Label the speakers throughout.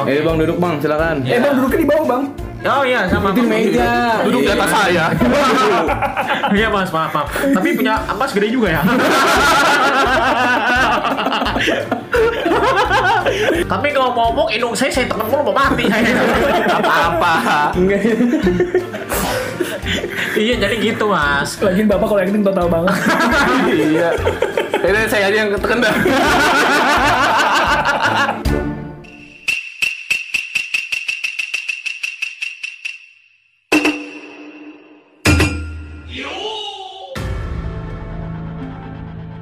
Speaker 1: Ayo bang duduk bang silakan.
Speaker 2: Eh bang duduknya di bawah bang.
Speaker 3: Oh iya sama
Speaker 1: Di
Speaker 3: Mas.
Speaker 1: meja.
Speaker 4: Duduk di atas saya.
Speaker 3: Iya mas, maaf maaf. Tapi punya mas gede juga ya. Tapi kalau mau ngomong hidung saya saya tekan mulu mau mati.
Speaker 4: Apa-apa.
Speaker 2: Enggak.
Speaker 3: iya jadi gitu mas.
Speaker 2: Lagian bapak kalau acting total banget.
Speaker 4: Iya. Ini saya aja yang ketekan dah.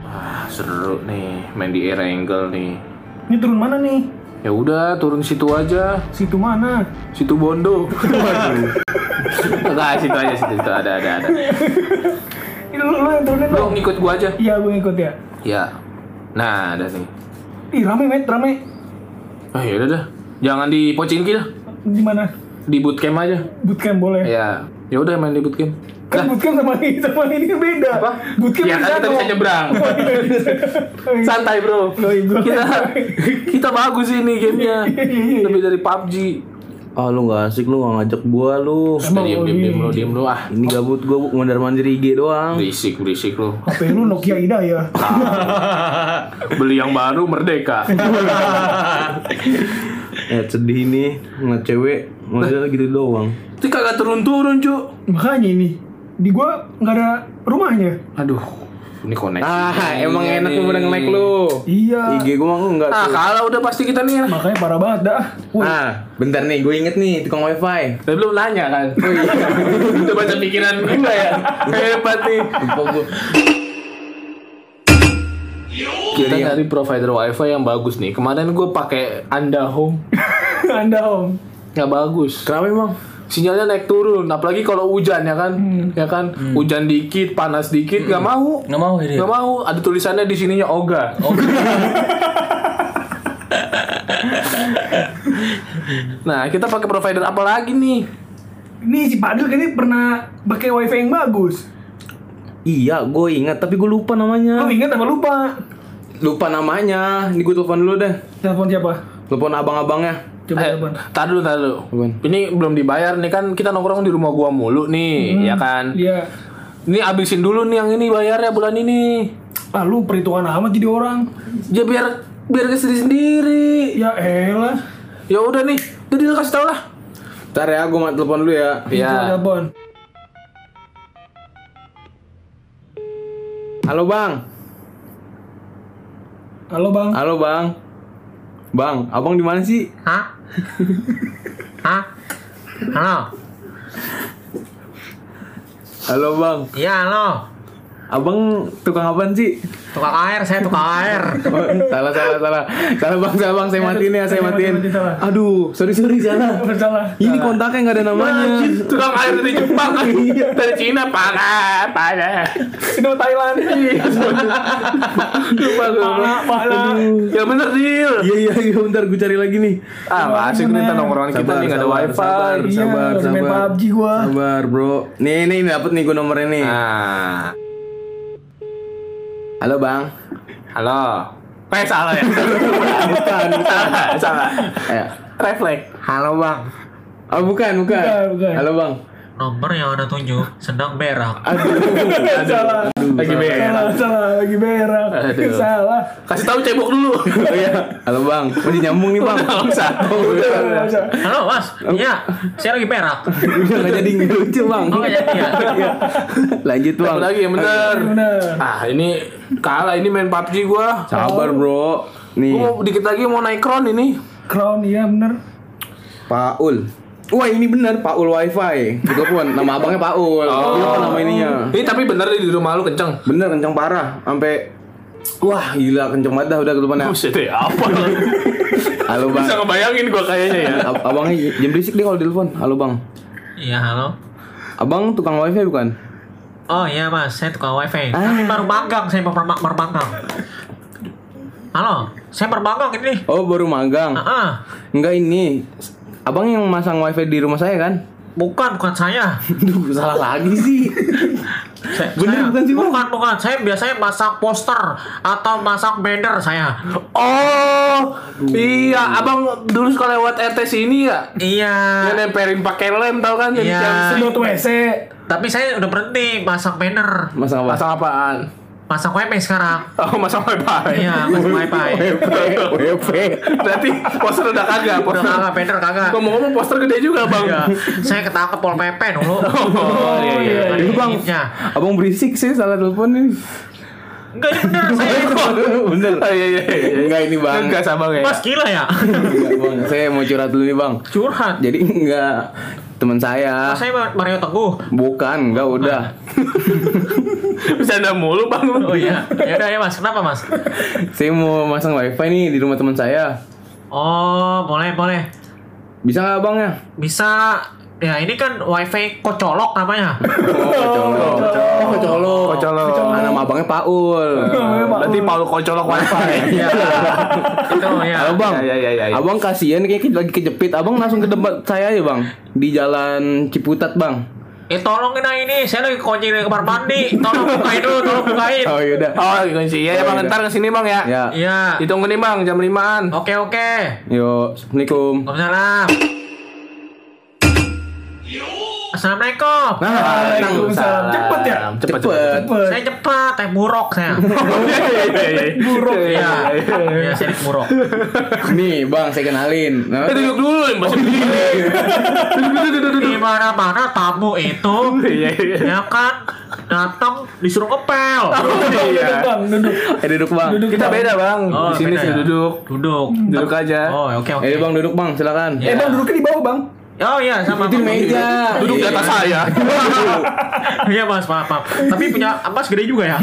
Speaker 4: Wah, seru nih main di air angle nih.
Speaker 2: Ini turun mana nih?
Speaker 4: Ya udah turun situ aja,
Speaker 2: Situ mana?
Speaker 4: situ Bondo. Waduh. Enggak, situ aja situ, situ. ada ada ada.
Speaker 2: Ini lu, lu yang turunin
Speaker 4: Lo
Speaker 2: dong.
Speaker 4: ngikut gua aja.
Speaker 2: Iya gue ngikut ya.
Speaker 4: Ya. Nah, ada nih.
Speaker 2: Ih rame met rame.
Speaker 4: Ah ya udah dah. Jangan di Pocinki dah.
Speaker 2: Di mana?
Speaker 4: Di bootcamp aja.
Speaker 2: Bootcamp boleh.
Speaker 4: Ya. Ya udah main di bootcamp.
Speaker 2: Kan bootcamp sama ini sama ini kan beda.
Speaker 4: Apa?
Speaker 2: Bootcamp Iya.
Speaker 4: Ya kan kita bisa nyebrang. Santai, Bro.
Speaker 2: Yoi, bro.
Speaker 4: Kita kita bagus ini gamenya Lebih dari PUBG.
Speaker 1: Ah lu nggak asik lu nggak ngajak gua lu.
Speaker 4: Udah diem diem diem lu, diem lu ah.
Speaker 1: Ini gabut gua mondar mandir IG doang.
Speaker 4: Berisik, berisik lu.
Speaker 2: HP lu Nokia Ida ya.
Speaker 4: Beli yang baru merdeka.
Speaker 1: Eh sedih nih ngeliat cewek model gitu doang.
Speaker 4: Itu kagak turun-turun, Cuk.
Speaker 2: Makanya ini di gua nggak ada rumahnya.
Speaker 4: Aduh. Ini koneksi.
Speaker 1: Ah emang enak lu pada nge-like lu.
Speaker 2: Iya.
Speaker 1: IG gua mah enggak
Speaker 4: Ah,
Speaker 1: tuh.
Speaker 4: kalau udah pasti kita nih.
Speaker 2: Makanya parah banget dah. Wah,
Speaker 1: Ah, bentar nih, gue inget nih tukang wifi.
Speaker 4: Tapi belum nanya kan. Udah baca pikiran gue ya. Hebat nih.
Speaker 1: Lupa gue.
Speaker 4: Kita nyari provider wifi yang bagus nih. Kemarin gue pakai Anda Home
Speaker 2: Anda om.
Speaker 4: nggak bagus.
Speaker 1: Kenapa emang?
Speaker 4: Sinyalnya naik turun. Apalagi kalau hujan ya kan,
Speaker 2: Hmm.
Speaker 4: ya kan.
Speaker 1: Hmm.
Speaker 4: Hujan dikit, panas dikit, nggak mau.
Speaker 1: Nah,
Speaker 5: Nggak mau
Speaker 1: iya.
Speaker 5: ini.
Speaker 4: Nggak mau. Ada tulisannya di sininya Oga. nah, kita pakai provider apa lagi nih?
Speaker 2: Ini si Padel kayaknya pernah pakai wifi yang bagus.
Speaker 1: Iya, gue ingat, tapi gue lupa namanya.
Speaker 2: Lu ingat apa lupa?
Speaker 1: Lupa namanya. Ini gue telepon dulu deh.
Speaker 2: Telepon siapa?
Speaker 1: Telepon abang-abangnya.
Speaker 2: Coba
Speaker 4: Eh,
Speaker 2: telepon.
Speaker 4: tar dulu, tar dulu.
Speaker 1: Apaan?
Speaker 4: Ini belum dibayar nih kan kita nongkrong di rumah gua mulu nih, ya kan.
Speaker 2: Iya.
Speaker 4: Ini abisin dulu nih yang ini bayarnya bulan ini.
Speaker 2: Ah lu perhitungan amat jadi orang.
Speaker 4: Ya biar biar ke sendiri sendiri.
Speaker 2: Ya elah.
Speaker 4: Ya udah nih, jadi lu kasih tau lah.
Speaker 1: Ntar ya, gue mau telepon dulu ya.
Speaker 2: Coba
Speaker 4: Ya.
Speaker 2: telepon.
Speaker 1: Halo bang.
Speaker 2: Halo bang.
Speaker 1: Halo bang. Bang, abang di mana sih?
Speaker 3: Hah? Hah? Halo?
Speaker 1: Halo bang.
Speaker 3: Iya halo.
Speaker 1: Abang tukang apaan sih?
Speaker 3: Tukang air, saya tukang air.
Speaker 1: Oh, salah, salah, salah. Salah bang, salah bang. Saya matiin ya, saya
Speaker 2: Mati, mati,
Speaker 1: matiin.
Speaker 2: mati, salah.
Speaker 1: Aduh, sorry, sorry, salah.
Speaker 2: Bersalah.
Speaker 1: Ini kontaknya nggak ada namanya.
Speaker 4: Tukang air dari Jepang dari Cina parah, parah. Iya.
Speaker 2: Itu Thailand.
Speaker 4: Lupa gua.
Speaker 2: Parah, parah.
Speaker 4: Ya bener Dil.
Speaker 1: Iya, iya, iya. Bentar, gue cari lagi nih.
Speaker 4: Ah, nggak asik nih ntar nongkrongan kita
Speaker 1: Sabar,
Speaker 4: nih nggak ada
Speaker 1: sabar,
Speaker 4: wifi.
Speaker 1: sabar,
Speaker 2: Iya,
Speaker 1: sabar,
Speaker 2: lagi main
Speaker 1: sabar.
Speaker 2: PUBG gua.
Speaker 1: Sabar, bro. Nih, nih, dapet nih gue nomornya nih.
Speaker 4: Nah,
Speaker 1: Halo, Bang.
Speaker 4: halo. Eh salah ya.
Speaker 1: Bukan.
Speaker 4: salah, salah.
Speaker 1: Eh,
Speaker 4: Reflek.
Speaker 3: Halo bang.
Speaker 1: Oh, bukan, bukan.
Speaker 2: Bukan, bukan.
Speaker 1: Halo, Bang.
Speaker 3: Nomor yang anda tunjuk sedang berak.
Speaker 2: Salah.
Speaker 4: Lagi berak.
Speaker 2: Salah, salah lagi berak.
Speaker 4: Aduh.
Speaker 2: Salah.
Speaker 4: Kasih tahu cebok dulu.
Speaker 1: Oh, iya. Halo, Bang. Masih nyambung nih, Bang.
Speaker 4: Nggak usah.
Speaker 2: Salah, salah.
Speaker 3: Halo mas. Iya, saya lagi berak.
Speaker 1: Udah nggak jadi nggak lucu, Bang.
Speaker 3: Oh nggak jadi ya?
Speaker 1: Iya. Lanjut, Bang.
Speaker 4: Satu lagi yang bener.
Speaker 2: Bener.
Speaker 4: Ah ini kalah ini main PUBG gua.
Speaker 1: Sabar, bro. Nih,
Speaker 4: Gua mau Oh, dikit lagi mau naik crown ini.
Speaker 2: Crown iya bener.
Speaker 1: Paul. Wah, ini bener Paul WiFi. Gue telepon nama abangnya Paul. Iya, nama ininya.
Speaker 4: Ini tapi bener nih di rumah lu kenceng.
Speaker 1: Bener kencang parah, sampai Wah gila kenceng banget dah udah teleponnya
Speaker 4: Buset ya apa lu?
Speaker 1: Halo bang
Speaker 4: Bisa ngebayangin gua kayaknya ya.
Speaker 1: Ab- Abangnya j- jam berisik deh kalau telepon Halo bang
Speaker 3: Iya halo.
Speaker 1: Abang tukang wifi bukan?
Speaker 3: Oh iya mas, saya tukang wifi.
Speaker 1: Ah.
Speaker 3: Tapi baru magang, saya baru, baru magang. Halo, saya baru magang ini.
Speaker 1: Oh baru
Speaker 3: Ah,
Speaker 1: magang
Speaker 3: ah.
Speaker 1: Enggak ini Abang yang masang wifi di rumah saya kan?
Speaker 3: bukan bukan saya.
Speaker 1: Duh salah lagi sih
Speaker 3: Saya-
Speaker 1: Bener
Speaker 3: saya-
Speaker 1: bukan sih, Bang?
Speaker 3: Bukan bukan. Saya biasanya masang poster atau masang banner saya.
Speaker 4: Oh, Iya, abang dulu suka lewat RT sini ya.
Speaker 3: Iya.
Speaker 4: Dia nemperin pakai lem tau kan? jadi
Speaker 3: Iya.
Speaker 4: jangan
Speaker 2: Sedot WC.
Speaker 3: Tapi saya udah berhenti masang banner.
Speaker 1: Masa apa?
Speaker 4: Masang apaan?
Speaker 3: Masang wifi sekarang.
Speaker 4: Oh, masang wifi.
Speaker 3: Iya, masang wifi.
Speaker 1: WP, WP.
Speaker 4: Berarti poster udah kagak,
Speaker 3: Udah
Speaker 4: poster.
Speaker 3: kagak banner kagak.
Speaker 4: Ngomong-ngomong poster gede juga, Bang.
Speaker 3: Iya. Saya ketangkep Pol PP dulu.
Speaker 4: Oh, iya, iya.
Speaker 3: Ada
Speaker 1: Itu bang,
Speaker 3: ininya.
Speaker 1: abang berisik sih salah telepon nih.
Speaker 3: Enggak ini bener saya itu.
Speaker 1: Bener.
Speaker 4: Oh, iya, iya, iya.
Speaker 1: Enggak ini bang.
Speaker 4: Enggak sama kayak.
Speaker 3: Mas gila ya.
Speaker 1: Enggak, bang. Saya mau curhat dulu nih bang.
Speaker 3: Curhat.
Speaker 1: Jadi enggak teman Oh, saya.
Speaker 3: Mas saya Mario Teguh.
Speaker 1: Bukan, enggak udah.
Speaker 4: Bercanda mulu, Bang.
Speaker 3: Oh iya. Ya udah ya Mas, kenapa Mas?
Speaker 1: Saya mau masang wifi nih di rumah teman saya.
Speaker 3: Oh, boleh boleh.
Speaker 1: Bisa nggak abang ya?
Speaker 3: Bisa ya ini kan wifi kocolok namanya.
Speaker 1: Oh,
Speaker 4: Kocolo. Kocolo.
Speaker 1: Nama abangnya Paul.
Speaker 4: Berarti Paul kocolok wifi.
Speaker 3: Iya. itu ya.
Speaker 1: Halo bang,
Speaker 4: Ya, ya, ya, ya, ya.
Speaker 1: abang kasihan kayak lagi kejepit. Abang langsung ke tempat saya aja bang di Jalan Ciputat bang.
Speaker 3: Eh tolongin lah ini, saya lagi kunci di kamar mandi. Tolong bukain dulu, tolong bukain.
Speaker 1: Oh yaudah.
Speaker 4: Oh, kunci. Iya, Oh, ya, Bang. Ntar kesini, Bang, ya.
Speaker 1: Ya,
Speaker 3: Iya.
Speaker 4: Ditunggu nih, Bang. Jam 5-an.
Speaker 3: Oke oke.
Speaker 1: yuk.
Speaker 3: Nah,
Speaker 1: Assalamualaikum.
Speaker 3: Waalaikumsalam. Assalamualaikum.
Speaker 1: Nah, tenang.
Speaker 2: Waalaikumsalam. Cepet ya.
Speaker 4: iya. Cepet, Iya,
Speaker 1: Cepet.
Speaker 3: Saya cepat, teh buruk saya.
Speaker 4: Buruk.
Speaker 3: Iya. Iya, saya teh buruk.
Speaker 1: Nih bang, saya kenalin. Nah,
Speaker 4: Eh, duduk dulu, masih
Speaker 3: Di mana-mana tamu itu
Speaker 4: Iya, iya.
Speaker 3: ya kan datang disuruh ngepel.
Speaker 2: Duduk bang, duduk.
Speaker 1: eh duduk bang.
Speaker 2: Duduk
Speaker 4: Kita
Speaker 2: Bang.
Speaker 4: Oh, beda, Bang. Di sini
Speaker 3: beda
Speaker 4: sih
Speaker 3: ya?
Speaker 4: duduk.
Speaker 3: Duduk.
Speaker 4: Duduk aja.
Speaker 3: Oh, oke oke.
Speaker 1: Eh bang duduk bang, silakan.
Speaker 2: Eh bang duduknya di bawah bang.
Speaker 3: Oh iya sama.
Speaker 1: Itu di meja.
Speaker 4: Duduk di
Speaker 1: Iya.
Speaker 4: atas saya.
Speaker 3: Iya mas, maaf, maaf. Tapi punya mas gede juga ya.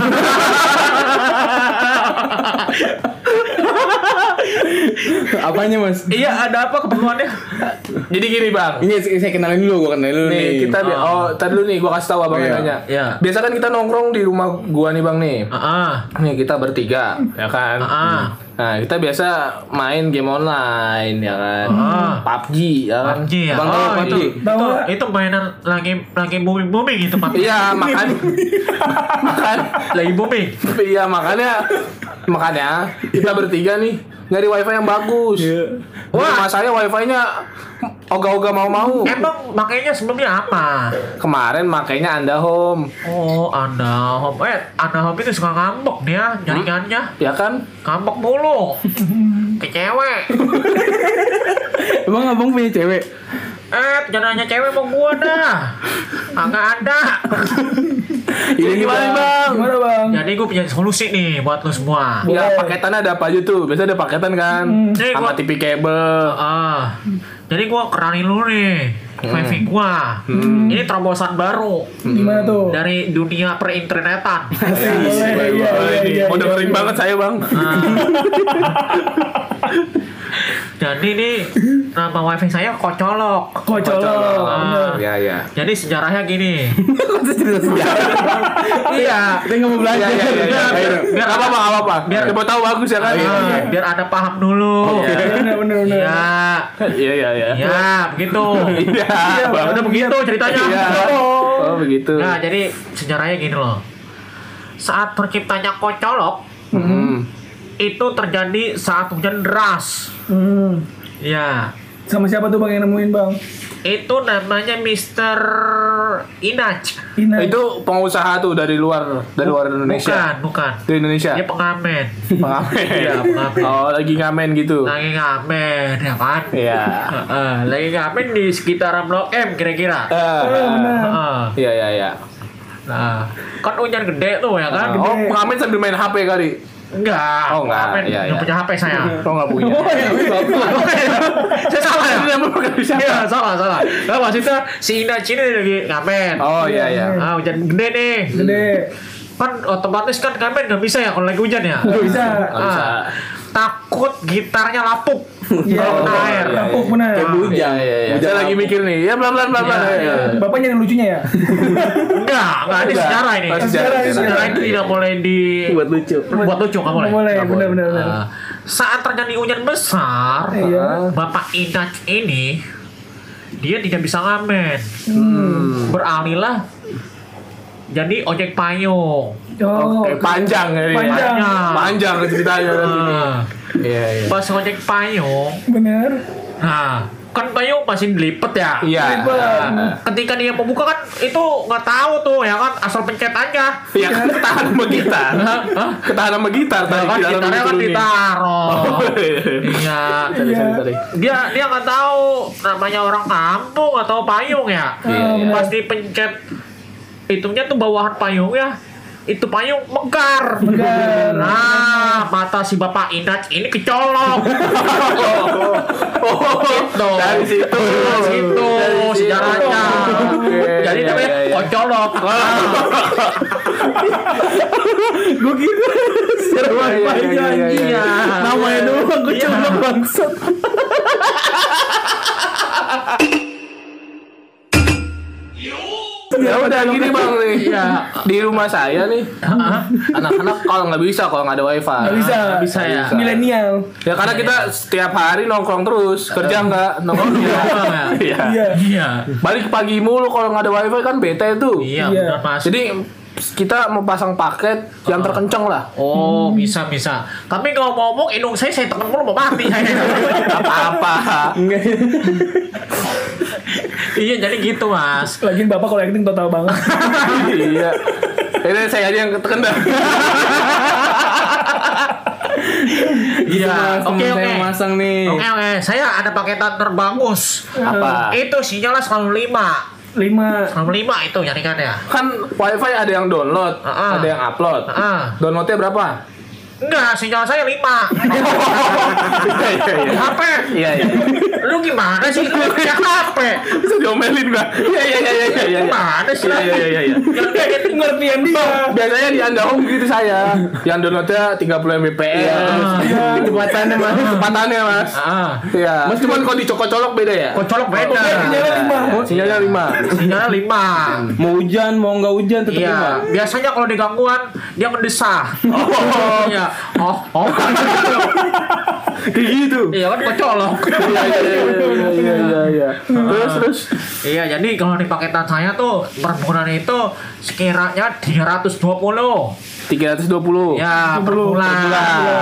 Speaker 1: Apanya mas?
Speaker 3: iya, ada apa keperluannya?
Speaker 4: Jadi gini, Bang.
Speaker 1: Ini saya saya kenalin dulu, gua kenalin dulu nih.
Speaker 4: Nih, kita bi- oh, tadi dulu nih gua kasih tahu Abang
Speaker 1: Iya.
Speaker 4: yang nanya.
Speaker 3: Iya.
Speaker 4: Biasa kan kita nongkrong di rumah gua nih, Bang nih.
Speaker 3: Ah, ah.
Speaker 4: Nih kita bertiga, ya kan?
Speaker 3: Ah.
Speaker 4: Nah, kita biasa main game online, ya kan?
Speaker 3: Ah.
Speaker 4: PUBG, ya kan?
Speaker 3: PUBG ya.
Speaker 1: Bang,
Speaker 3: oh,
Speaker 1: kalau
Speaker 3: itu,
Speaker 1: PUBG.
Speaker 3: itu, itu mainan lagi lagi booming booming gitu pak.
Speaker 4: Iya, makan. makan.
Speaker 3: Lagi booming.
Speaker 4: Iya, makanya makanya kita bertiga nih nyari wifi yang bagus.
Speaker 2: Iya.
Speaker 4: Wah, rumah saya wifi-nya ogah-ogah mau-mau.
Speaker 3: Emang makainya sebelumnya apa?
Speaker 4: Kemarin makainya Anda Home,
Speaker 3: Oh, anda home. Eh, anda home itu suka ngambek dia jaringannya.
Speaker 4: ya kan?
Speaker 3: Ngambek mulu. Ke cewek.
Speaker 1: Emang abang punya cewek?
Speaker 3: Eh, jangan nanya cewek mau gua dah. Agak ada.
Speaker 1: Ini nih
Speaker 4: Gimana,
Speaker 1: Iya, bang.
Speaker 4: Bang?
Speaker 2: Gimana bang?
Speaker 3: Jadi gua punya solusi nih buat lo semua.
Speaker 4: Ya,
Speaker 2: Boleh.
Speaker 4: paketannya ada apa aja tuh? Biasanya ada paketan kan?
Speaker 3: Jadi
Speaker 4: Sama
Speaker 3: gua-
Speaker 4: TV kabel.
Speaker 3: Ah, jadi gua keranin lu nih wifi gua. Ini terobosan baru
Speaker 2: Gimana tuh?
Speaker 3: dari dunia perinternetan.
Speaker 2: Asik, boleh, iya, iya, iya,
Speaker 4: Mau Oh,
Speaker 2: iya.
Speaker 4: dengerin banget saya, Bang.
Speaker 3: jadi ini nama wifi saya kocolok.
Speaker 2: Kocolok.
Speaker 3: Ah,
Speaker 4: Ya, ya.
Speaker 3: jadi sejarahnya gini.
Speaker 1: Kok saya cerita sejarah?
Speaker 3: iya.
Speaker 1: Kita nggak
Speaker 4: Ya,
Speaker 1: mau belajar.
Speaker 4: ya, ya. ya.
Speaker 1: Ayo, dong.
Speaker 4: Biar apa, Bang? Apa, Pak? Biar siapa tahu bagus ya kan?
Speaker 3: Ah, biar ada paham dulu.
Speaker 2: Bener bener bener.
Speaker 3: Iya.
Speaker 4: Iya, iya, iya.
Speaker 3: Iya, begitu.
Speaker 4: Iya, Bang.
Speaker 3: Udah begitu ceritanya.
Speaker 4: Iya. Oh, begitu.
Speaker 3: Nah, jadi sejarahnya gini loh. Saat terciptanya kocolok,
Speaker 4: Hmm.
Speaker 3: itu terjadi saat hujan deras.
Speaker 2: Hmm.
Speaker 3: Ya,
Speaker 2: Sama siapa tuh bang yang nemuin bang?
Speaker 3: itu namanya Mr. Inaj.
Speaker 2: Ina.
Speaker 4: Itu pengusaha tuh dari luar, dari luar Indonesia. Iya.
Speaker 3: Nah. Bukan, bukan.
Speaker 4: Dari Indonesia.
Speaker 3: Dia pengamen.
Speaker 4: Pengamen.
Speaker 3: Iya, pengamen. Nah.
Speaker 4: Oh, lagi ngamen gitu.
Speaker 3: Lagi ngamen, ya kan?
Speaker 4: Iya.
Speaker 3: Heeh, lagi ngamen di sekitaran Blok M kira-kira.
Speaker 4: Eh,
Speaker 3: Heeh.
Speaker 4: Iya, iya, iya.
Speaker 3: Nah, kan hujan gede tuh ya kan?
Speaker 4: Oh, pengamen sambil main HP kali.
Speaker 3: Enggak,
Speaker 4: Oh, enggak.
Speaker 3: ngamen.
Speaker 4: Iya,
Speaker 3: Nggak
Speaker 4: iya.
Speaker 3: punya HP saya.
Speaker 4: Oh, nggak punya.
Speaker 3: saya salah ya? Iya, salah, salah. Nah, maksudnya si Inaj ini lagi ngamen.
Speaker 4: Oh, iya, iya.
Speaker 3: Ah, hujan gede nih.
Speaker 2: Gede.
Speaker 3: Kan otomatis kan ngamen nggak bisa ya kalau lagi hujan ya.
Speaker 2: Gak bisa.
Speaker 4: Nggak bisa.
Speaker 3: Ah, takut gitarnya lapuk.
Speaker 2: Iya.
Speaker 3: Kena air.
Speaker 4: iya.
Speaker 2: Rampok bener.
Speaker 1: Kayak
Speaker 4: Iya,
Speaker 1: bujang.
Speaker 4: iya, iya.
Speaker 1: Bujang
Speaker 4: Saya lagi
Speaker 1: lapuk.
Speaker 4: mikir nih. Ya, pelan-pelan, pelan-pelan.
Speaker 3: Iya,
Speaker 4: Iya, iya.
Speaker 2: Bapak nyari lucunya ya?
Speaker 3: Enggak, enggak ini
Speaker 4: Enggak.
Speaker 3: sejarah ini.
Speaker 4: Oh,
Speaker 2: Sejarah,
Speaker 3: Sejarah ini tidak boleh di
Speaker 1: Buat lucu.
Speaker 3: buat lucu nggak boleh.
Speaker 2: Nggak boleh,
Speaker 3: Nggak
Speaker 2: benar, benar, benar.
Speaker 3: Ah, saat terjadi hujan besar,
Speaker 4: Ah.
Speaker 2: Iya.
Speaker 3: Bapak Inaj ini dia tidak bisa ngamen.
Speaker 2: Hmm.
Speaker 3: Beralihlah jadi ojek payung.
Speaker 2: Oh,
Speaker 4: Oke, panjang ya. ini.
Speaker 2: Panjang.
Speaker 4: Panjang ceritanya.
Speaker 3: Ah,
Speaker 4: Iya, iya.
Speaker 3: Pas ngojek payung,
Speaker 2: Bener.
Speaker 3: nah kan payung pasti dilipet ya.
Speaker 4: Iya.
Speaker 3: Ketika dia mau buka kan itu nggak tahu tuh ya kan asal pencet aja.
Speaker 4: Iya, kan ketahan sama gitar.
Speaker 3: Hah?
Speaker 4: Ketahan sama gitar
Speaker 3: Nah,
Speaker 4: tadi.
Speaker 3: kan
Speaker 4: gitar
Speaker 3: gitarnya kan
Speaker 4: diturunin.
Speaker 3: ditaruh.
Speaker 4: Oh, iya, iya.
Speaker 3: Iya.
Speaker 4: Sorry, sorry, sorry.
Speaker 3: Dia dia nggak tahu namanya orang kampung atau payung ya.
Speaker 1: Iya,
Speaker 2: iya.
Speaker 3: Pasti pencet hitungnya tuh bawahan payung ya. Itu payung mekar.
Speaker 2: Mekar.
Speaker 3: Nah, mata si Bapak Inat ini kecolok. Gitu.
Speaker 4: Oh, Dari situ.
Speaker 3: Dari situ gitu sejarahnya.
Speaker 4: Oke,
Speaker 3: Jadi
Speaker 4: iya,
Speaker 3: namanya
Speaker 4: iya, iya.
Speaker 3: kocolok.
Speaker 1: Gue gitu.
Speaker 4: Iya,
Speaker 1: Secara
Speaker 4: iya, iya,
Speaker 1: wifi
Speaker 4: iya,
Speaker 1: anjing.
Speaker 4: iya.
Speaker 1: Namanya doang gue
Speaker 3: Iya.
Speaker 1: coba bangsat.
Speaker 4: Ya udah gini bang nih. Di rumah saya nih,
Speaker 3: Hah?
Speaker 4: anak-anak kalau nggak bisa kalau nggak ada wifi.
Speaker 2: Gak bisa.
Speaker 3: nggak bisa ya.
Speaker 2: Milenial.
Speaker 4: Ya karena kita setiap hari nongkrong terus, kerja nggak nongkrong. ya? Iya.
Speaker 2: Iya.
Speaker 3: Iya.
Speaker 4: Balik pagi mulu kalau nggak ada wifi kan bete tuh.
Speaker 3: Iya,
Speaker 2: Iya.
Speaker 3: benar Mas.
Speaker 4: Jadi kita mau pasang paket yang terkenceng lah.
Speaker 3: Oh, bisa bisa. Tapi kalau mau ngomong hidung saya saya tekan mulu mau mati.
Speaker 4: Apa-apa.
Speaker 1: Enggak.
Speaker 3: iya, jadi gitu, Mas.
Speaker 2: Lagian bapak kalau acting total banget.
Speaker 4: iya. Ini saya aja yang terkendang.
Speaker 1: Mas,
Speaker 3: Iya,
Speaker 1: temen
Speaker 3: oke
Speaker 1: saya
Speaker 3: oke.
Speaker 1: masang nih.
Speaker 3: Oke oke, saya ada paketan terbagus.
Speaker 4: Apa?
Speaker 3: Itu sinyalnya selalu 5.
Speaker 2: Lima.
Speaker 3: Selalu 5 itu ya? nyarikannya.
Speaker 4: Kan wifi ada yang download,
Speaker 3: Heeh.
Speaker 4: ada yang upload.
Speaker 3: Heeh.
Speaker 4: Downloadnya berapa?
Speaker 3: Enggak, sinyal saya 5.
Speaker 4: Iya iya iya.
Speaker 3: HP.
Speaker 4: Iya iya.
Speaker 3: Lu gimana sih? Lu punya HP.
Speaker 4: Bisa diomelin gak? Iya iya iya iya iya. iya.
Speaker 3: Gimana sih?
Speaker 4: Iya iya iya iya.
Speaker 3: Yang kayak gitu.
Speaker 2: Pengertian dia.
Speaker 4: Biasanya di Anda Home gitu saya. Yang downloadnya 30 Mbps.
Speaker 1: Iya, kecepatannya mas.
Speaker 4: Kecepatannya, Mas.
Speaker 3: Heeh.
Speaker 4: Iya. Mas cuman kalau dicocok-colok beda ya? Iya.
Speaker 3: Kocolok beda.
Speaker 2: Sinyalnya lima.
Speaker 4: Sinyalnya 5.
Speaker 3: Sinyalnya 5.
Speaker 1: Mau hujan, mau nggak hujan tetap lima.
Speaker 3: Iya, biasanya kalau di gangguan dia mendesah. Oh, iya. Oh, oh.
Speaker 4: Kayak gitu.
Speaker 3: iya kan kecolok.
Speaker 4: Iya iya iya iya iya iya. Terus terus
Speaker 3: iya, jadi kalau di paketan saya tuh per bulan itu sekiranya 320.
Speaker 4: 320.
Speaker 1: Iya.
Speaker 3: Ya, per
Speaker 2: Perlu,
Speaker 3: bulan. Ya.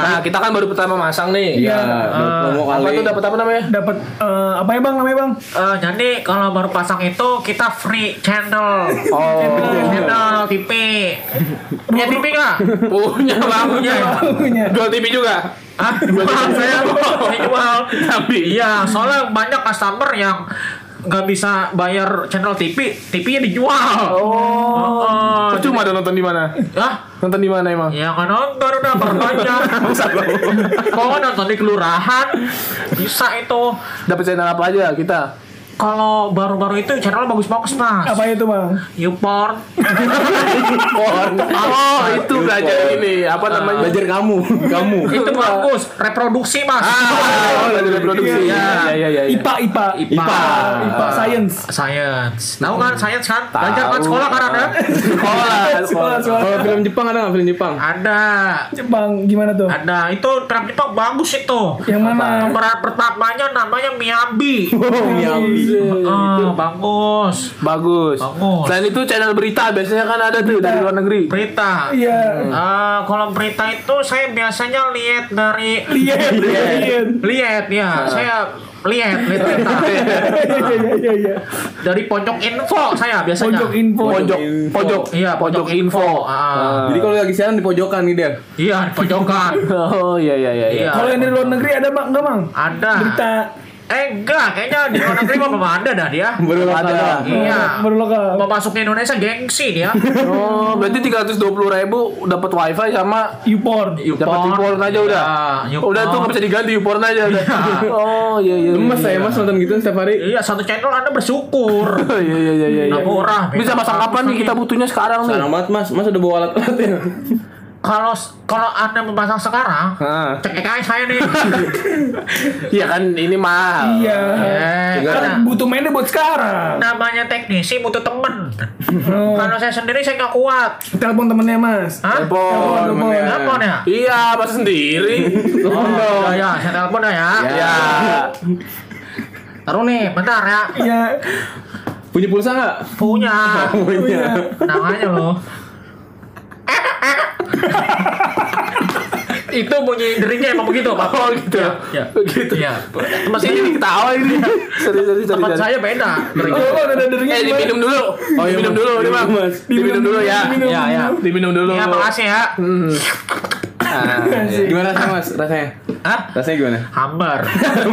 Speaker 4: Nah, kita kan baru pertama masang nih.
Speaker 1: Iya.
Speaker 3: Ah.
Speaker 1: Promo
Speaker 4: Apa
Speaker 1: kali.
Speaker 4: tuh dapat apa namanya?
Speaker 2: Dapat eh, apa ya bang? Namanya bang?
Speaker 3: Eh, jadi kalau baru pasang itu kita free channel.
Speaker 4: Oh,
Speaker 3: Channel TV. Punya TV nggak?
Speaker 4: punya bang.
Speaker 3: Punya.
Speaker 2: Punya.
Speaker 4: Jual TV juga.
Speaker 3: Ah, jual saya. Saya jual.
Speaker 4: Tapi
Speaker 3: Iya, soalnya banyak customer yang nggak bisa bayar channel TV, TV-nya dijual. Oh.
Speaker 4: Kok cuma ada nonton di mana?
Speaker 3: Hah?
Speaker 4: Nonton di mana emang?
Speaker 3: Ya kan nonton udah perbanyak. Kalau nggak nonton di kelurahan bisa itu.
Speaker 4: Dapat channel apa aja kita?
Speaker 3: Kalau baru-baru itu channel bagus-bagus mas.
Speaker 2: Apa itu bang?
Speaker 3: YouPorn.
Speaker 4: Oh, itu belajar ini apa namanya?
Speaker 1: Belajar kamu, kamu.
Speaker 3: itu bagus. Reproduksi mas.
Speaker 4: Ah, belajar reproduksi.
Speaker 2: Iya.
Speaker 4: iya, iya.
Speaker 2: IPA, IPA.
Speaker 3: IPA.
Speaker 2: IPA science.
Speaker 3: Science. Tahu kan science kan? Belajar kan
Speaker 4: Tahu.
Speaker 3: sekolah kan ada?
Speaker 4: Sekolah, sekolah.
Speaker 2: Sekolah, sekolah.
Speaker 1: Kalau film Jepang ada nggak film Jepang?
Speaker 3: Ada.
Speaker 2: Jepang gimana tuh?
Speaker 3: Ada. Itu terapnya bagus itu.
Speaker 2: Yang mana?
Speaker 3: Pemeran pertamanya namanya Miyabi.
Speaker 1: Oh, miami.
Speaker 4: iya.
Speaker 3: Ah, bagus.
Speaker 4: Bagus.
Speaker 3: Bagus.
Speaker 4: Selain itu channel berita biasanya kan ada tuh dari luar negeri.
Speaker 3: Berita.
Speaker 2: Iya.
Speaker 3: Ah, kalau berita itu saya biasanya lihat dari
Speaker 2: Iya. Iya. Iya.
Speaker 3: lihat ya. Saya lihat lihat berita.
Speaker 2: Iya. Iya. Iya.
Speaker 3: dari pojok info saya biasanya.
Speaker 2: Pojok info.
Speaker 4: Pojok, pojok,
Speaker 3: Iya, pojok info. Ah.
Speaker 1: Jadi kalau lagi siaran di pojokan nih dia.
Speaker 3: Iya, di pojokan.
Speaker 4: Oh iya iya iya.
Speaker 3: Iya.
Speaker 2: Kalau yang dari luar negeri ada bang? Enggak bang?
Speaker 3: Ada.
Speaker 2: Berita
Speaker 3: Eh, enggak, kayaknya di luar negeri mah belum ada dah dia.
Speaker 1: Baru
Speaker 4: Ada.
Speaker 1: ada.
Speaker 3: Iya.
Speaker 2: baru lokal.
Speaker 3: Mau masuk ke Indonesia gengsi dia.
Speaker 4: Oh, berarti 320 ribu dapat wifi sama
Speaker 2: YouPorn.
Speaker 4: dapat YouPorn aja udah.
Speaker 3: Iya,
Speaker 4: Udah tuh nggak bisa diganti YouPorn aja udah. Oh iya iya.
Speaker 1: Lemes
Speaker 4: iya.
Speaker 1: saya mas nonton gitu setiap hari.
Speaker 3: Iya, satu channel Anda bersyukur.
Speaker 4: Oh, iya iya iya iya.
Speaker 3: Nggak murah.
Speaker 4: Bisa pasang kapan nih kita butuhnya
Speaker 2: Oh,
Speaker 4: sekarang
Speaker 2: iya.
Speaker 4: nih?
Speaker 1: Sekarang banget mas, mas udah bawa ya? alat-alatnya.
Speaker 3: Kalau kalau Anda memasang sekarang,
Speaker 4: Hah.
Speaker 3: cek aja saya nih.
Speaker 4: Iya kan ini mahal.
Speaker 2: Iya.
Speaker 3: eh,
Speaker 1: Juga.
Speaker 3: karena
Speaker 2: Kan butuh mainnya buat sekarang.
Speaker 3: namanya teknisi butuh temen.
Speaker 2: Oh.
Speaker 3: Kalau saya sendiri saya nggak kuat.
Speaker 2: Telepon temennya mas.
Speaker 3: Hah?
Speaker 4: Telepon.
Speaker 2: telepon.
Speaker 1: temennya.
Speaker 3: Telepon ya?
Speaker 4: Iya, masa sendiri. Iya.
Speaker 3: Oh, udah ya, saya telepon dah ya.
Speaker 4: Ya.
Speaker 3: Taruh nih, bentar ya.
Speaker 2: Iya.
Speaker 1: Punya pulsa nggak?
Speaker 3: Punya.
Speaker 1: Punya.
Speaker 3: Namanya loh. itu bunyi deringnya emang begitu pak
Speaker 4: Oh gitu.
Speaker 3: ya
Speaker 4: Gitu.
Speaker 3: Iya. Tempat saya,
Speaker 4: Ini ketawa ini. Sorry sorry sorry.
Speaker 3: tempat
Speaker 4: sorry.
Speaker 3: saya beda.
Speaker 4: Oh,
Speaker 1: iya,
Speaker 3: Deringnya.
Speaker 4: oh, ada deringnya.
Speaker 2: iya,
Speaker 4: Eh, diminum dulu. Oh, diminum dulu, ini Bang. Diminum dulu ya.
Speaker 2: Diminum
Speaker 3: Ya, ya.
Speaker 2: dulu.
Speaker 4: Diminum dulu.
Speaker 3: Iya, makasih ya.
Speaker 4: Hmm. Ah, iya.
Speaker 2: Asik.
Speaker 1: Gimana rasanya mas? Rasanya?
Speaker 3: Hah?
Speaker 1: Rasanya gimana?
Speaker 3: Hambar.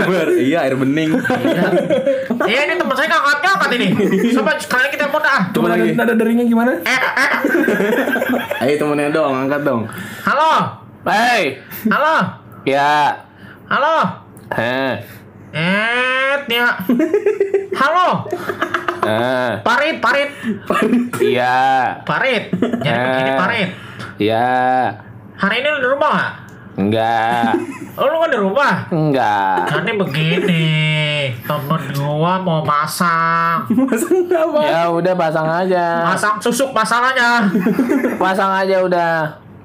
Speaker 1: Ber, iya air bening.
Speaker 3: Iya, ini teman saya ngangkat-ngangkat ini. Coba sekali kita telepon dah.
Speaker 2: Coba
Speaker 1: Coba
Speaker 2: nada,
Speaker 1: lagi.
Speaker 2: nada deringnya gimana?
Speaker 3: Eh, eh.
Speaker 1: Ayo temennya dong, angkat dong.
Speaker 3: Halo.
Speaker 4: Hei.
Speaker 3: Halo.
Speaker 4: Ya.
Speaker 3: Halo.
Speaker 4: Heh.
Speaker 3: Eh, ya. Halo.
Speaker 4: Eh.
Speaker 3: Parit, parit.
Speaker 4: Iya.
Speaker 3: Parit. Jadi begini parit.
Speaker 4: Iya.
Speaker 3: Hari ini lu di rumah nggak?
Speaker 4: Enggak.
Speaker 3: Oh, lu kan di rumah.
Speaker 4: Enggak.
Speaker 3: Karena begini, temen gua mau masak,
Speaker 1: Masang apa?
Speaker 4: Ya udah pasang aja.
Speaker 3: masak susuk masalahnya.
Speaker 4: Pasang aja udah.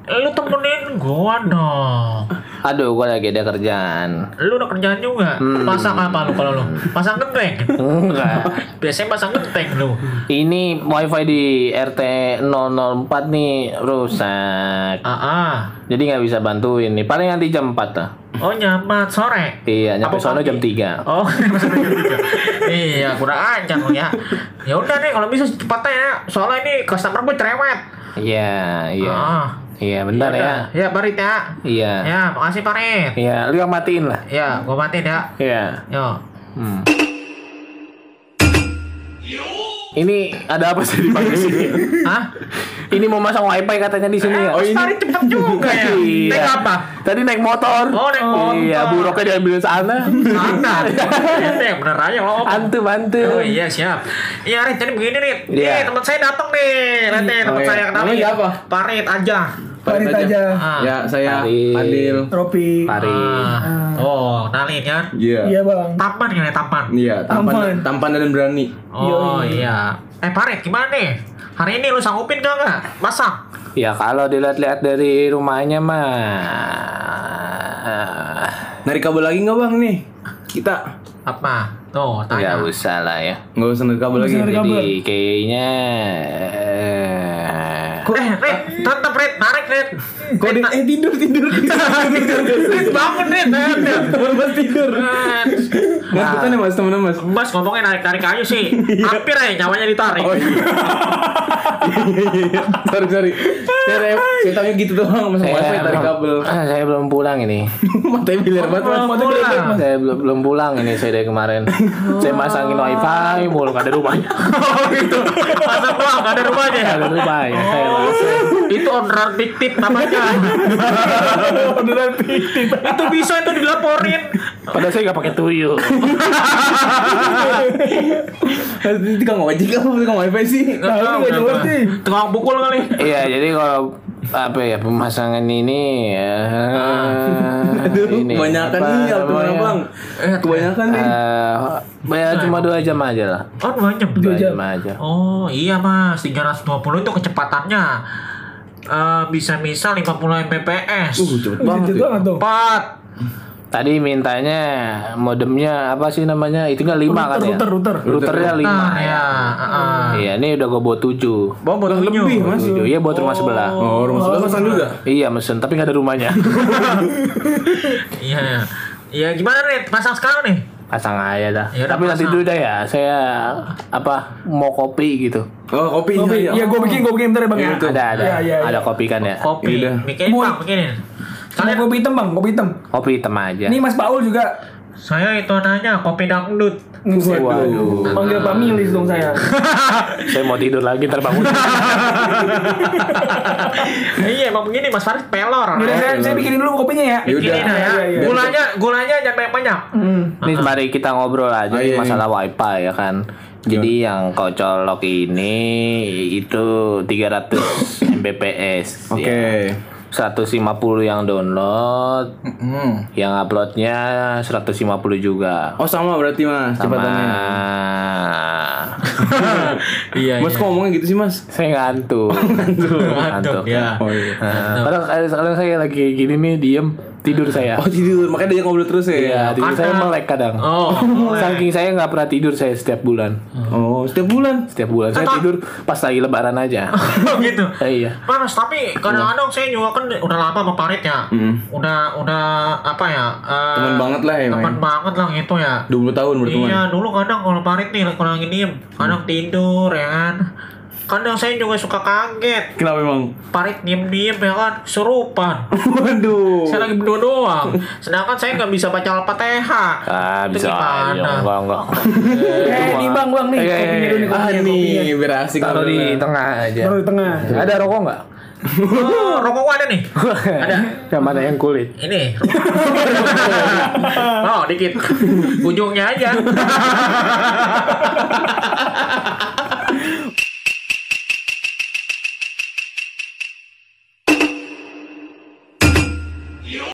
Speaker 3: Lu temenin gua dong.
Speaker 4: Aduh, gua lagi ada kerjaan.
Speaker 3: Lu udah kerjaan juga. Masak apa lu kalau lu? Masak genteng.
Speaker 4: Enggak.
Speaker 3: Nah, Biasanya masak genteng lu.
Speaker 4: Ini wifi di RT 004 nih rusak.
Speaker 3: Ah, ah.
Speaker 4: Jadi nggak bisa bantuin nih. Paling nanti jam 4 lah.
Speaker 3: Oh nyaman sore.
Speaker 4: Iya, nyampe
Speaker 3: Apa
Speaker 4: sono
Speaker 3: pagi?
Speaker 4: jam 3.
Speaker 3: Oh, sampai jam tiga. iya, kurang ajar lu ya. Ya udah nih kalau bisa secepatnya ya. Soalnya ini customer gue cerewet.
Speaker 4: Iya, iya.
Speaker 3: Ah.
Speaker 4: Iya, bentar ya.
Speaker 3: Udah. Ya, Parit ya.
Speaker 4: Iya.
Speaker 3: Ya, makasih Parit.
Speaker 4: Iya, lu yang matiin lah.
Speaker 3: Ya, gua matiin ya.
Speaker 4: Iya.
Speaker 3: Yo.
Speaker 4: Hmm. Ini ada apa sih dipakai sini?
Speaker 3: Hah?
Speaker 4: Ini mau masang wifi katanya di sini ya?
Speaker 3: Oh, ini cepet juga ya.
Speaker 4: Iya.
Speaker 3: Naik apa?
Speaker 4: Tadi naik motor.
Speaker 3: Oh, naik
Speaker 4: Iya,
Speaker 3: motor.
Speaker 4: buruknya diambil sana.
Speaker 3: Mana? Ini yang bener aja lo.
Speaker 4: Antum, antum.
Speaker 3: Oh iya siap. Iya Rit, jadi begini Rit.
Speaker 4: Iya.
Speaker 3: Nih teman saya datang nih. Lihat nih teman
Speaker 1: Oh, iya.
Speaker 3: saya yang tadi.
Speaker 1: Namanya siapa?
Speaker 3: Parit aja.
Speaker 2: Parit aja.
Speaker 3: Ah.
Speaker 1: Ya saya
Speaker 4: Adil.
Speaker 1: Adil.
Speaker 2: Ropi.
Speaker 4: Pari.
Speaker 3: Ah. Oh, kenalin ya.
Speaker 1: Iya.
Speaker 2: Iya bang.
Speaker 3: Tampan gimana tampan?
Speaker 1: Iya,
Speaker 2: Tampan.
Speaker 1: tampan, tampan dan berani.
Speaker 3: Oh iya. Eh Parit gimana nih? Hari ini lu sanggupin gak nggak? Masak.
Speaker 4: Ya kalau dilihat-lihat dari rumahnya mah Ah,
Speaker 1: Narik kabel lagi nggak bang nih? Kita
Speaker 3: Apa? Tuh,
Speaker 4: nggak
Speaker 3: tanya.
Speaker 4: usah lah ya.
Speaker 1: nggak usah narik kabel lagi.
Speaker 2: usah narik kabel.
Speaker 4: Jadi kayaknya
Speaker 3: Eh, Rit, tetep Rit, tarik Rit.
Speaker 1: Kok dia- eh tidur tidur tidur.
Speaker 3: Rit bangun Rit. Rit, Rit.
Speaker 1: Baru pas tidur.
Speaker 3: Rit.
Speaker 1: Mas bukan ya mas temen mas.
Speaker 3: Mas ngomongnya narik-narik kayu sih. Hampir aja nyawanya ditarik.
Speaker 1: Iya. Oh iya. Iya, iya, iya. sorry sorry. Saya saya taunya gitu doang mas. Wifi tarik kabel.
Speaker 4: Ah, saya belum pulang ini.
Speaker 1: Matanya biliar banget mas.
Speaker 3: Belum pulang.
Speaker 1: Oh, iya.
Speaker 4: saya belum belum pulang ini saya dari kemarin. saya masangin wifi mulu nggak ada rumahnya.
Speaker 3: Oh gitu. Masa pulang nggak ada rumahnya ya?
Speaker 4: Nggak ada rumahnya. Saya
Speaker 3: Oh,
Speaker 4: masang.
Speaker 3: itu orderan fiktif namanya.
Speaker 2: Orderan fiktif.
Speaker 3: itu bisa itu dilaporin.
Speaker 4: Padahal saya nggak pakai tuyul.
Speaker 1: Ini tukang ojek apa tukang wifi sih?
Speaker 2: Nah, lu nggak ngerti.
Speaker 3: Tukang pukul kali.
Speaker 4: Iya, jadi kalau apa ya pemasangan ini ya. Ah.
Speaker 1: Aduh,
Speaker 4: kan
Speaker 1: kebanyakan nih apa namanya bang? Kebanyakan nih.
Speaker 4: Eh,
Speaker 2: Nah,
Speaker 4: ya cuma dua jam aja lah.
Speaker 3: Oh dua jam.
Speaker 4: Dua
Speaker 2: jam.
Speaker 4: jam aja.
Speaker 3: Oh iya mas, 320 itu kecepatannya. Eh, bisa misal 50 mbps.
Speaker 1: Uh cepet
Speaker 2: Banget
Speaker 1: banget. ya.
Speaker 2: banget eh, tuh.
Speaker 3: Empat.
Speaker 4: Tadi mintanya modemnya apa sih namanya? Itu kan lima kan ya?
Speaker 2: Router, router, router.
Speaker 4: Routernya lima.
Speaker 3: Nah ya. heeh.
Speaker 4: Iya, ini udah gue bawa tujuh.
Speaker 1: Bang baru lebih mas.
Speaker 4: Tujuh, iya buat rumah sebelah.
Speaker 1: Oh rumah sebelah masang juga.
Speaker 4: Iya mesen, tapi nggak ada rumahnya.
Speaker 3: Iya. iya. Ya gimana Rit? Pasang sekarang nih?
Speaker 4: Pasang aja dah.
Speaker 3: Ya udah,
Speaker 4: tapi nanti
Speaker 3: pasang.
Speaker 4: dulu dah ya. Saya apa mau kopi gitu.
Speaker 1: Oh kopi.
Speaker 2: Kopi.
Speaker 1: iya,
Speaker 2: Iya,
Speaker 1: iya.
Speaker 2: gue bikin, gue bikin bentar ya bang ya.
Speaker 4: Ada ada
Speaker 2: Iya, iya,
Speaker 4: ada
Speaker 2: iya.
Speaker 4: kopi kan ya.
Speaker 3: Kopi.
Speaker 1: Iya.
Speaker 3: Bikin
Speaker 2: Mau-
Speaker 3: bang, begini.
Speaker 2: Sama
Speaker 3: Kalian
Speaker 2: kopi hitam bang, kopi hitam.
Speaker 4: Kopi hitam aja.
Speaker 2: Ini Mas Paul juga.
Speaker 3: Saya itu nanya kopi dangdut.
Speaker 4: Waduh.
Speaker 2: Panggil Pak Milis dong saya.
Speaker 4: Saya mau tidur lagi ntar bangun.
Speaker 3: iya emang begini Mas Faris pelor.
Speaker 2: Yaudah
Speaker 1: Iya.
Speaker 2: saya, saya bikinin dulu kopinya ya.
Speaker 1: Yaudah.
Speaker 3: Begini dah ya.
Speaker 2: Iya, iya, iya.
Speaker 3: Gulanya gulanya jangan banyak banyak.
Speaker 2: Hmm.
Speaker 4: Ini mari kita ngobrol aja
Speaker 1: Ah,
Speaker 4: nih
Speaker 1: iya,
Speaker 4: masalah wifi ya kan. Jadi yang kau colok ini itu 300 Mbps.
Speaker 1: Oke.
Speaker 4: ya. 150 yang download,
Speaker 1: Hmm.
Speaker 4: yang uploadnya 150 juga.
Speaker 1: Oh sama berarti mas cepatannya.
Speaker 3: iya.
Speaker 1: Mas kok ngomongnya gitu sih mas?
Speaker 4: Saya ngantuk. eh,
Speaker 3: Ngantuk, ya.
Speaker 1: Oh iya.
Speaker 4: Nah, Padahal kadang- kadang saya lagi kayak gini nih diem tidur saya.
Speaker 1: Oh tidur, makanya dia ngobrol terus ya.
Speaker 4: Iya, tidur saya
Speaker 3: Karena-
Speaker 4: melek kadang.
Speaker 3: Oh, boleh.
Speaker 4: Saking saya nggak pernah tidur saya setiap bulan.
Speaker 1: Oh setiap bulan.
Speaker 4: Setiap bulan saya
Speaker 3: Tetap.
Speaker 4: tidur pas lagi lebaran aja.
Speaker 2: Ah. Oh,
Speaker 3: gitu.
Speaker 4: Eh, iya.
Speaker 3: Panas tapi kadang-kadang saya juga kan udah lama sama Parit ya. Udah udah apa ya? eh,
Speaker 1: Teman banget lah ya,
Speaker 3: Teman
Speaker 1: Mai.
Speaker 3: banget lah gitu ya.
Speaker 1: 20 tahun berteman. Mm.
Speaker 3: Iya dulu kadang kalau Parit nih kalau lagi diem, kadang tidur ya kan. Kadang saya juga suka kaget.
Speaker 1: Kenapa emang?
Speaker 3: Parit diem-diem ya kan serupan.
Speaker 1: Waduh.
Speaker 3: Saya lagi berdua doang. Sedangkan saya nggak bisa baca Al-Fatihah.
Speaker 4: Ah,
Speaker 3: Itu
Speaker 4: bisa aja.
Speaker 3: gimana?
Speaker 4: Enggak, enggak.
Speaker 2: Eh, nih bang, bang nih.
Speaker 4: Eh,
Speaker 2: Kopinya dulu nih,
Speaker 1: Ah
Speaker 2: kopinya, kopinya.
Speaker 1: nih, biar asik
Speaker 4: Taruh di
Speaker 1: ngobrolnya.
Speaker 4: tengah aja.
Speaker 2: Taruh di tengah.
Speaker 4: Ada rokok nggak?
Speaker 3: Oh, rokok gua ada nih. Ada.
Speaker 4: Yang mana yang kulit?
Speaker 3: Ini. oh, dikit. Ujungnya aja.